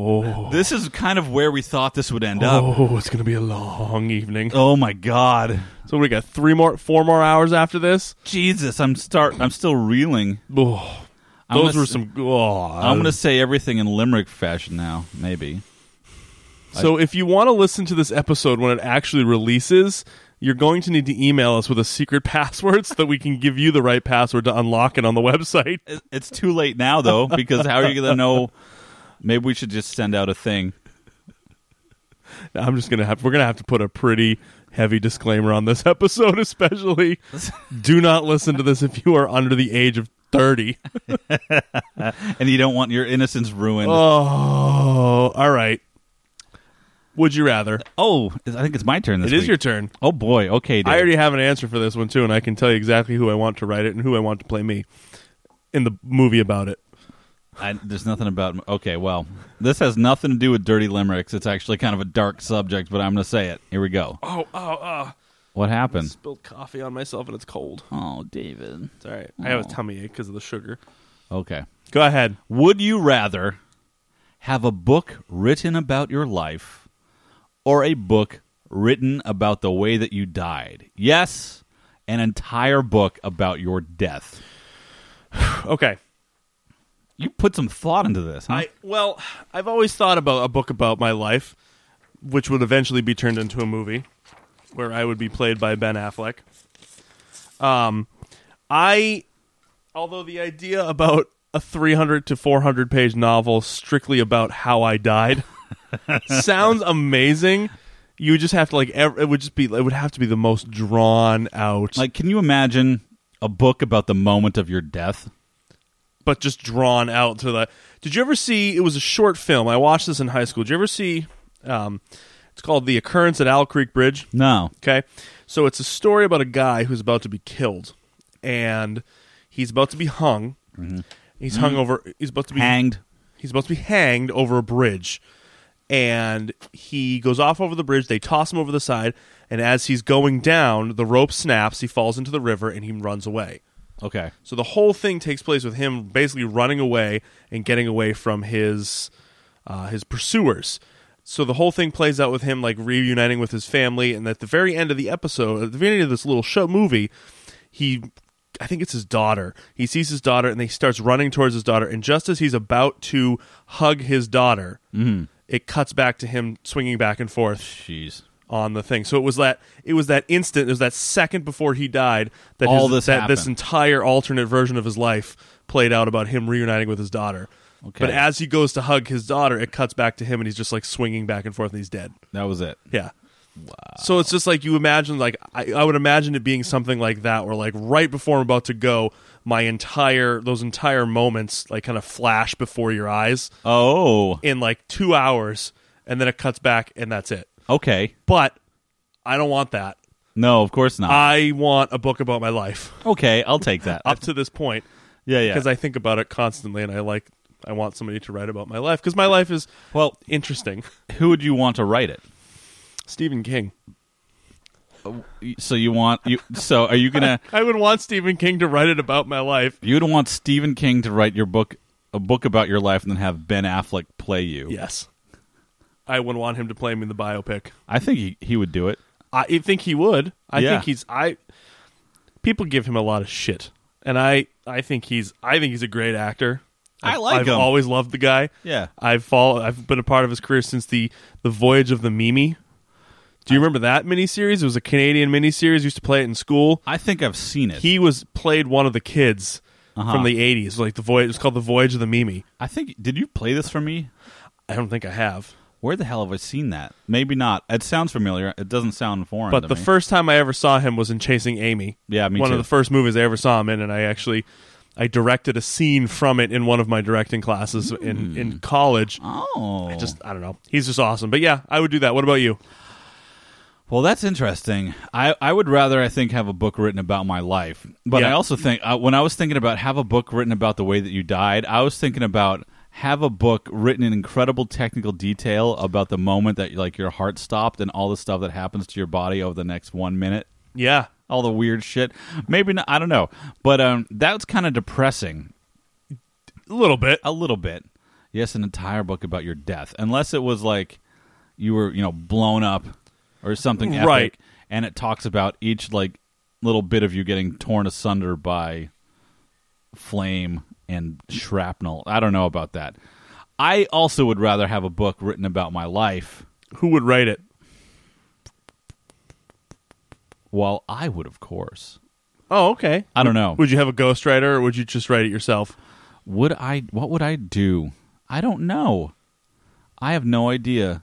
[SPEAKER 4] Oh,
[SPEAKER 3] this is kind of where we thought this would end up.
[SPEAKER 4] oh, it's gonna be a long evening.
[SPEAKER 3] Oh my God.
[SPEAKER 4] So we got three more, four more hours after this.
[SPEAKER 3] Jesus, I'm start. I'm still reeling.
[SPEAKER 4] Oh,
[SPEAKER 3] I'm
[SPEAKER 4] those
[SPEAKER 3] gonna
[SPEAKER 4] were
[SPEAKER 3] s-
[SPEAKER 4] some. Oh,
[SPEAKER 3] I'm gonna say everything in limerick fashion now. Maybe.
[SPEAKER 4] so if you want to listen to this episode when it actually releases, you're going to need to email us with a secret <laughs> password so that we can give you the right password to unlock it on the website. <laughs>
[SPEAKER 3] It- It's too late now though, because how are you gonna know? Maybe we should just send out a thing.
[SPEAKER 4] I'm just gonna have. We're gonna have to put a pretty heavy disclaimer on this <laughs> episode, especially. Do not listen to this if you are under the age of thirty. <laughs>
[SPEAKER 3] and you don't want your innocence ruined.
[SPEAKER 4] Oh, all right. Would you rather?
[SPEAKER 3] oh, I think it's my turn this
[SPEAKER 4] It is
[SPEAKER 3] week.
[SPEAKER 4] your turn.
[SPEAKER 3] Oh boy, okay, dude.
[SPEAKER 4] I already have an answer for this one too, and I can tell you exactly who I want to write it and who I want to play me in the movie about it.
[SPEAKER 3] I- there's nothing about. Okay, well, this has nothing to do with dirty limericks. It's actually kind of a dark subject, but I'm going to say it. Here we go.
[SPEAKER 4] Oh, oh, oh!
[SPEAKER 3] What happened?
[SPEAKER 4] Spilled coffee on myself and it's cold.
[SPEAKER 3] Oh, David.
[SPEAKER 4] It's all right. I have a tummy ache because of the sugar.
[SPEAKER 3] Okay.
[SPEAKER 4] Go ahead.
[SPEAKER 3] Would you rather have a book written about your life or a book written about the way that you died? Yes, an entire book about your death.
[SPEAKER 4] Okay.
[SPEAKER 3] You put some thought into this, huh?
[SPEAKER 4] I well, I've always thought about a book about my life, which would eventually be turned into a movie, where I would be played by Ben Affleck. Um, I, although the idea about a 300 to 400 page novel strictly about how I <laughs> died sounds amazing. You would just have to like ev- it would just be it would have to be the most drawn out,
[SPEAKER 3] Like, can you imagine a book about the moment of your death?
[SPEAKER 4] but just drawn out to the. Did you ever see? It was a short film. I watched this in high school. Did you ever see? Um, it's called "The Occurrence at Owl Creek Bridge."
[SPEAKER 3] No.
[SPEAKER 4] Okay, so it's a story about a guy who's about to be killed, and he's about to be hung. He's hung over. He's about to be
[SPEAKER 3] Hanged.
[SPEAKER 4] He's about to be hanged over a bridge. And he goes off over the bridge. They toss him over the side. And as he's going down, the rope snaps. He falls into the river and he runs away.
[SPEAKER 3] Okay.
[SPEAKER 4] So the whole thing takes place with him basically running away and getting away from his uh, his pursuers. So the whole thing plays out with him like reuniting with his family, and at the very end of the episode, at the very end of this little show movie, he. I think it's his daughter. He sees his daughter and he starts running towards his daughter. And just as he's about to hug his daughter, it cuts back to him swinging back and forth
[SPEAKER 3] Jeez.
[SPEAKER 4] on the thing. So it was that it was that instant, it was that second before he died that
[SPEAKER 3] All
[SPEAKER 4] his-
[SPEAKER 3] this
[SPEAKER 4] that this
[SPEAKER 3] happened.
[SPEAKER 4] entire alternate version of his life played out about him reuniting with his daughter.
[SPEAKER 3] Okay.
[SPEAKER 4] But as he goes to hug his daughter, it cuts back to him and he's just like swinging back and forth and he's dead.
[SPEAKER 3] That was it.
[SPEAKER 4] Yeah. So it's just like you imagine, like I, I would imagine it being something like that, where like right before I'm about to go, my entire those entire moments like kind of flash before your eyes
[SPEAKER 3] Oh.
[SPEAKER 4] in like two hours, and then it cuts back and that's it
[SPEAKER 3] Okay.
[SPEAKER 4] but I don't want that.
[SPEAKER 3] No, of course not.
[SPEAKER 4] I want a book about my life
[SPEAKER 3] okay, I'll take that.
[SPEAKER 4] up to this point
[SPEAKER 3] yeah, yeah.
[SPEAKER 4] because uh, I think about it constantly, and I like I want somebody to write about my life because my life is
[SPEAKER 3] well,
[SPEAKER 4] interesting.
[SPEAKER 3] who would you want to write it?
[SPEAKER 4] Stephen King.
[SPEAKER 3] So you want you? So are you
[SPEAKER 4] <laughs>
[SPEAKER 3] gonna?
[SPEAKER 4] I would want Stephen King to write it about my life.
[SPEAKER 3] You'd want Stephen King to write your book, a book about your life, and then have Ben Affleck play you.
[SPEAKER 4] Yes, I would want him to play me in the biopic.
[SPEAKER 3] I think he, he would do it.
[SPEAKER 4] I think he would. I
[SPEAKER 3] Yeah.
[SPEAKER 4] think he's I people give him a lot of shit. And I I think he's I think he's a great actor.
[SPEAKER 3] I
[SPEAKER 4] I've-
[SPEAKER 3] like
[SPEAKER 4] I've
[SPEAKER 3] him.
[SPEAKER 4] always loved the guy.
[SPEAKER 3] Yeah.
[SPEAKER 4] I've fall I've been a part of his career since the the Voyage of the Mimi. Do you remember that miniseries? It was a Canadian miniseries. Used to play it in school.
[SPEAKER 3] I think I've seen it.
[SPEAKER 4] He was played one of the kids
[SPEAKER 3] Uh-huh.
[SPEAKER 4] from the eighties. Like the voyage, it was called the Voyage of the Mimi.
[SPEAKER 3] I think. Did you play this for me?
[SPEAKER 4] I don't think I have.
[SPEAKER 3] Where the hell have I seen that? Maybe not. It sounds familiar. It doesn't sound foreign.
[SPEAKER 4] But
[SPEAKER 3] to
[SPEAKER 4] the
[SPEAKER 3] me.
[SPEAKER 4] first time I ever saw him was in Chasing Amy.
[SPEAKER 3] Yeah, me
[SPEAKER 4] one
[SPEAKER 3] too.
[SPEAKER 4] of the first movies I ever saw him in, and I actually I directed a scene from it in one of my directing classes in in college.
[SPEAKER 3] Hmm. Oh,
[SPEAKER 4] Just I don't know. He's just awesome. But yeah, I would do that. What about you?
[SPEAKER 3] Well, that's interesting. I, I would rather, I think, have a book written about my life. But
[SPEAKER 4] Yeah.
[SPEAKER 3] I also think, uh, when I was thinking about have a book written about the way that you died, I was thinking about have a book written in incredible technical detail about the moment that like your heart stopped and all the stuff that happens to your body over the next one minute.
[SPEAKER 4] Yeah.
[SPEAKER 3] All the weird shit. Maybe not. I don't know. But um, that's kind of depressing
[SPEAKER 4] A little bit.
[SPEAKER 3] a little bit. Yes, an entire book about your death, unless it was like you were, you know, blown up or something epic,
[SPEAKER 4] Right.
[SPEAKER 3] and it talks about each like little bit of you getting torn asunder by flame and shrapnel. I don't know about that. I also would rather have a book written about my life,
[SPEAKER 4] Who would write it?
[SPEAKER 3] while I would, of course.
[SPEAKER 4] Oh, okay.
[SPEAKER 3] I don't know.
[SPEAKER 4] Would you have a ghostwriter or would you just write it yourself?
[SPEAKER 3] Would I? What would I do? I don't know. I have no idea.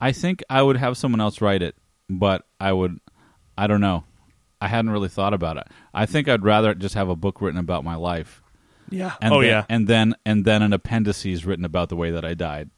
[SPEAKER 3] I think I would have someone else write it, but I would. I don't know. I hadn't really thought about it. I think I'd rather just have a book written about my life.
[SPEAKER 4] Yeah.
[SPEAKER 3] And
[SPEAKER 4] oh
[SPEAKER 3] then-
[SPEAKER 4] yeah.
[SPEAKER 3] and then and then an appendices written about the way that I died.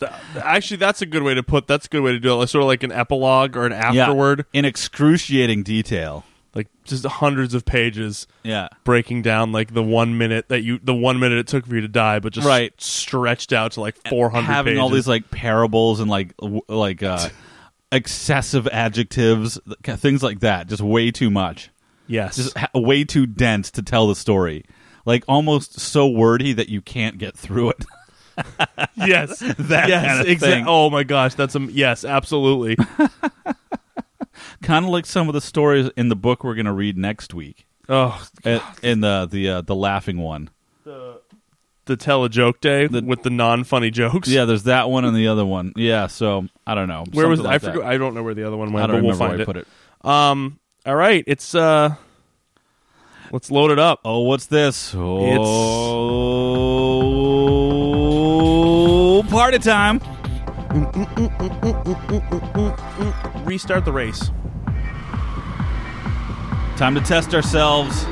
[SPEAKER 4] Th- Actually, that's a good way to put. That's a good way to do it. Like sort of like an epilogue or an
[SPEAKER 3] Yeah,
[SPEAKER 4] afterward.
[SPEAKER 3] in excruciating detail.
[SPEAKER 4] Like just hundreds of pages.
[SPEAKER 3] Yeah,
[SPEAKER 4] breaking down like the one minute that you the one minute it took for you to die, but just
[SPEAKER 3] Right.
[SPEAKER 4] stretched out to like four hundred.
[SPEAKER 3] having all these like parables and like w- like
[SPEAKER 4] <laughs>
[SPEAKER 3] uh, excessive adjectives, things like that. Just way too much.
[SPEAKER 4] yes,
[SPEAKER 3] just ha- way too dense to tell the story. Like almost so wordy that you can't get through it.
[SPEAKER 4] <laughs>
[SPEAKER 3] <laughs>
[SPEAKER 4] yes, that yes,
[SPEAKER 3] kind of
[SPEAKER 4] exa-
[SPEAKER 3] thing.
[SPEAKER 4] Oh my gosh, that's a yes,
[SPEAKER 3] <laughs>
[SPEAKER 4] absolutely.
[SPEAKER 3] kind of like some of the stories in the book we're going to read next week.
[SPEAKER 4] oh,
[SPEAKER 3] Uh, in the the uh, the laughing one.
[SPEAKER 4] the tell a joke day with the non funny jokes.
[SPEAKER 3] Yeah, there's that one and the other one. Yeah, so I don't know.
[SPEAKER 4] where was
[SPEAKER 3] Something
[SPEAKER 4] I
[SPEAKER 3] like
[SPEAKER 4] forgot?
[SPEAKER 3] that.
[SPEAKER 4] I don't know where the other one
[SPEAKER 3] I don't
[SPEAKER 4] went, but
[SPEAKER 3] remember
[SPEAKER 4] we'll find
[SPEAKER 3] where I
[SPEAKER 4] it.
[SPEAKER 3] put it.
[SPEAKER 4] Um, all right, it's uh, let's load it up.
[SPEAKER 3] Oh, what's this? Oh, party time.
[SPEAKER 4] Restart the race.
[SPEAKER 3] Time to test ourselves.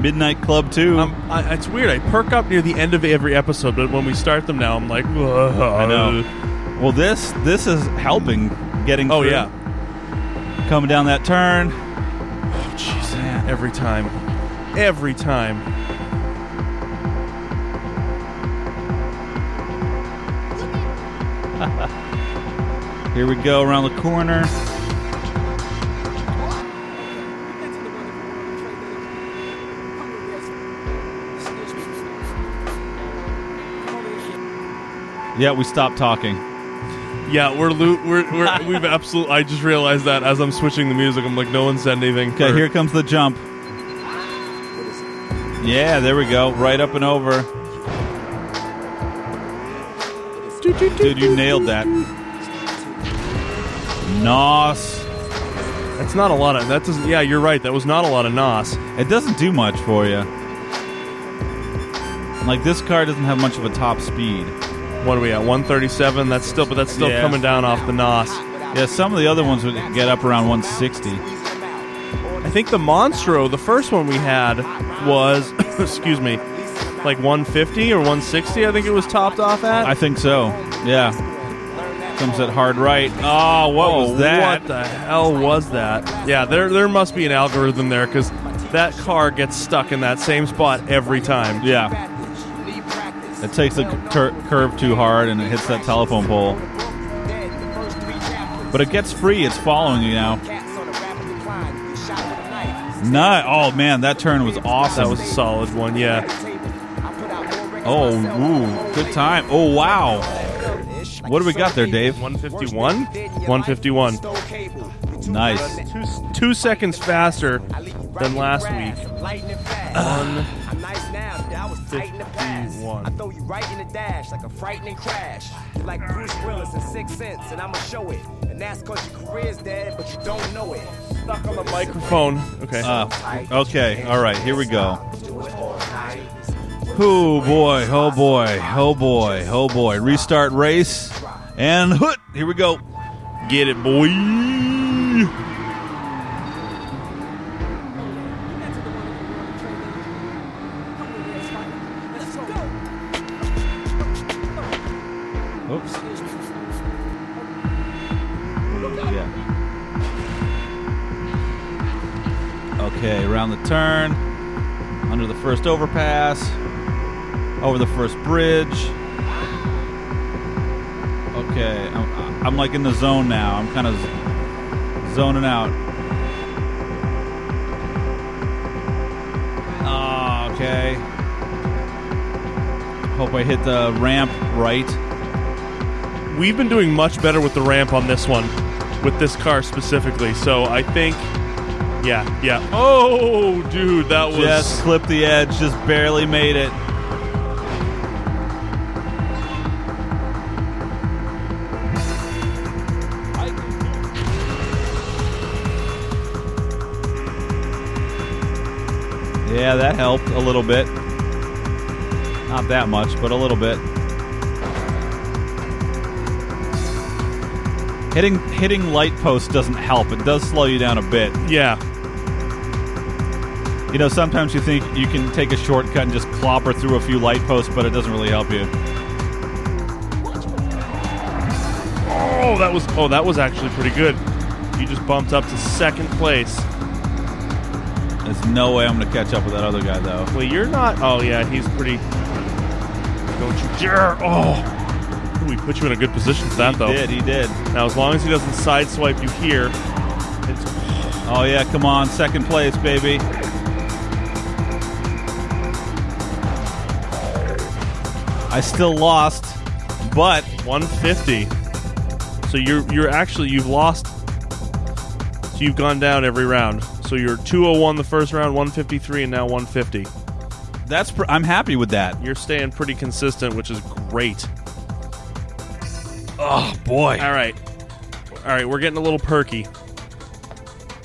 [SPEAKER 3] Midnight Club 2.
[SPEAKER 4] Um, I, it's weird. I perk up near the end of every episode, but when we start them now, I'm like, I
[SPEAKER 3] know. well, this this is helping getting
[SPEAKER 4] Oh
[SPEAKER 3] through.
[SPEAKER 4] yeah.
[SPEAKER 3] coming down that turn.
[SPEAKER 4] Jeez, every time. Every time.
[SPEAKER 3] Here we go around the corner. Yeah, we stopped talking.
[SPEAKER 4] Yeah, we're lo- we're, <laughs> we're we've absolutely I just realized that as I'm switching the music, I'm like no one said anything.
[SPEAKER 3] Okay,
[SPEAKER 4] for-
[SPEAKER 3] here comes the jump. Yeah, there we go. Right up and over. Dude, you nailed that. Nos.
[SPEAKER 4] That's not a lot of that doesn't yeah, you're right. That was not a lot of nos.
[SPEAKER 3] It doesn't do much for you. Like this car doesn't have much of a top speed.
[SPEAKER 4] What are we at? 137. That's still but that's still
[SPEAKER 3] Yeah.
[SPEAKER 4] coming down off the nos.
[SPEAKER 3] Yeah, some of the other ones would get up around 160.
[SPEAKER 4] I think the Monstro, the first one we had was <coughs> excuse me, like 150 or 160 I think it was topped off at.
[SPEAKER 3] I think so. Yeah. Comes at hard right. Oh, what
[SPEAKER 4] Oh,
[SPEAKER 3] was that?
[SPEAKER 4] What the hell was that? Yeah, there there must be an algorithm there because that car gets stuck in that same spot every time.
[SPEAKER 3] yeah. It takes a cur- curve too hard and it hits that telephone pole. But it gets free. It's following you now. Nice. Oh man, that turn was awesome.
[SPEAKER 4] That was a solid one. Yeah.
[SPEAKER 3] Oh, ooh, good time. Oh wow. What do we got there, Dave?
[SPEAKER 4] 151? 151.
[SPEAKER 3] Nice.
[SPEAKER 4] Two, two seconds faster than last week.
[SPEAKER 5] I'm nice now, that was tight in the past.
[SPEAKER 4] 51.
[SPEAKER 5] I throw you right in the dash like a frightening crash. You like Bruce Willis in Six Sense, and I'ma show it. And that's cause your career's dead, but you don't know it. Stuck on the
[SPEAKER 4] Microphone. Okay.
[SPEAKER 3] Uh, okay, all right, here we go. Oh boy, oh boy, oh boy, oh boy. Restart race and hoot. Here we go. Get it, boy. Oops. Yeah. Okay, around the turn, under the first overpass, over the first bridge. Okay, I'm, I'm like in the zone now. I'm kind of zoning out. Ah, okay. Hope I hit the ramp right.
[SPEAKER 4] We've been doing much better with the ramp on this one, with this car specifically. So I think, yeah, yeah. Oh, dude, that was.
[SPEAKER 3] Just slipped the edge, just barely made it. Yeah, that helped a little bit. Not that much, but a little bit. Hitting hitting light post doesn't help. It does slow you down a bit.
[SPEAKER 4] Yeah,
[SPEAKER 3] You know, sometimes you think you can take a shortcut and just clobber through a few light posts, but it doesn't really help you.
[SPEAKER 4] Oh, that was oh, that was actually pretty good. You just bumped up to second place.
[SPEAKER 3] There's no way I'm going to catch up with that other guy, though.
[SPEAKER 4] Well, you're not. Oh yeah, he's pretty. Don't you dare! Oh, we put you in a good position for that
[SPEAKER 3] he
[SPEAKER 4] though.
[SPEAKER 3] did, he did.
[SPEAKER 4] Now, as long as he doesn't sideswipe you here, it's,
[SPEAKER 3] Oh, yeah, come on. Second place, baby. I still lost, but
[SPEAKER 4] 150. So you're you're actually you've lost. So you've gone down every round. So you're 201 the first round, 153, and now 150.
[SPEAKER 3] that's pr- I'm happy with that.
[SPEAKER 4] You're staying pretty consistent, which is great.
[SPEAKER 3] Oh, boy.
[SPEAKER 4] All right. All right, we're getting a little perky.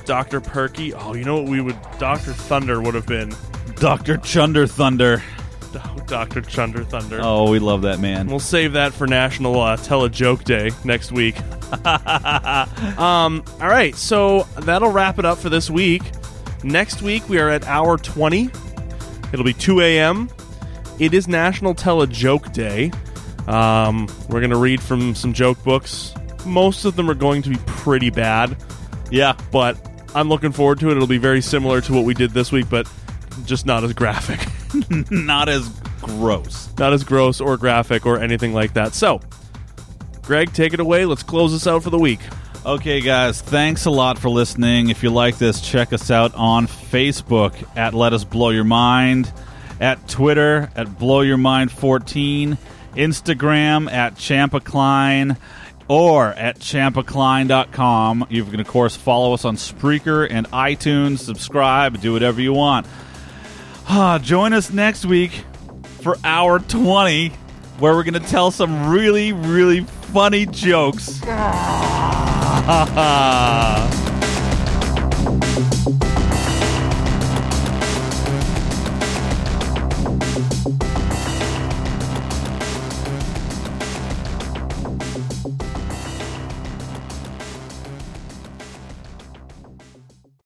[SPEAKER 4] Dr. Perky. Oh, you know what we would Dr. Thunder would have been. <laughs>
[SPEAKER 3] Dr. Chunder Thunder.
[SPEAKER 4] Oh, Dr. Chunder Thunder.
[SPEAKER 3] Oh, we love that man.
[SPEAKER 4] We'll save that for National uh, Tell a Joke Day next week. <laughs> um, all right, so that'll wrap it up for this week. Next week, we are at hour 20. It'll be 2 a.m. It is National Tell a Joke Day. Um, we're going to read from some joke books. Most of them are going to be pretty bad,
[SPEAKER 3] yeah.
[SPEAKER 4] but I'm looking forward to it. It'll be very similar to what we did this week, but just not as graphic. <laughs>
[SPEAKER 3] Not as gross.
[SPEAKER 4] not as gross or graphic or anything like that. So, Greg, take it away. Let's close this out for the week.
[SPEAKER 3] Okay, guys, thanks a lot for listening. If you like this, check us out on Facebook at Let Us Blow Your Mind, at Twitter at Blow Your Mind 14, Instagram at Champa Klein, or at champacline.com. You can, of course, follow us on Spreaker and iTunes, subscribe, do whatever you want. Ah, join us next week for hour 20, where we're going to tell some <laughs> really, really funny jokes. Ah.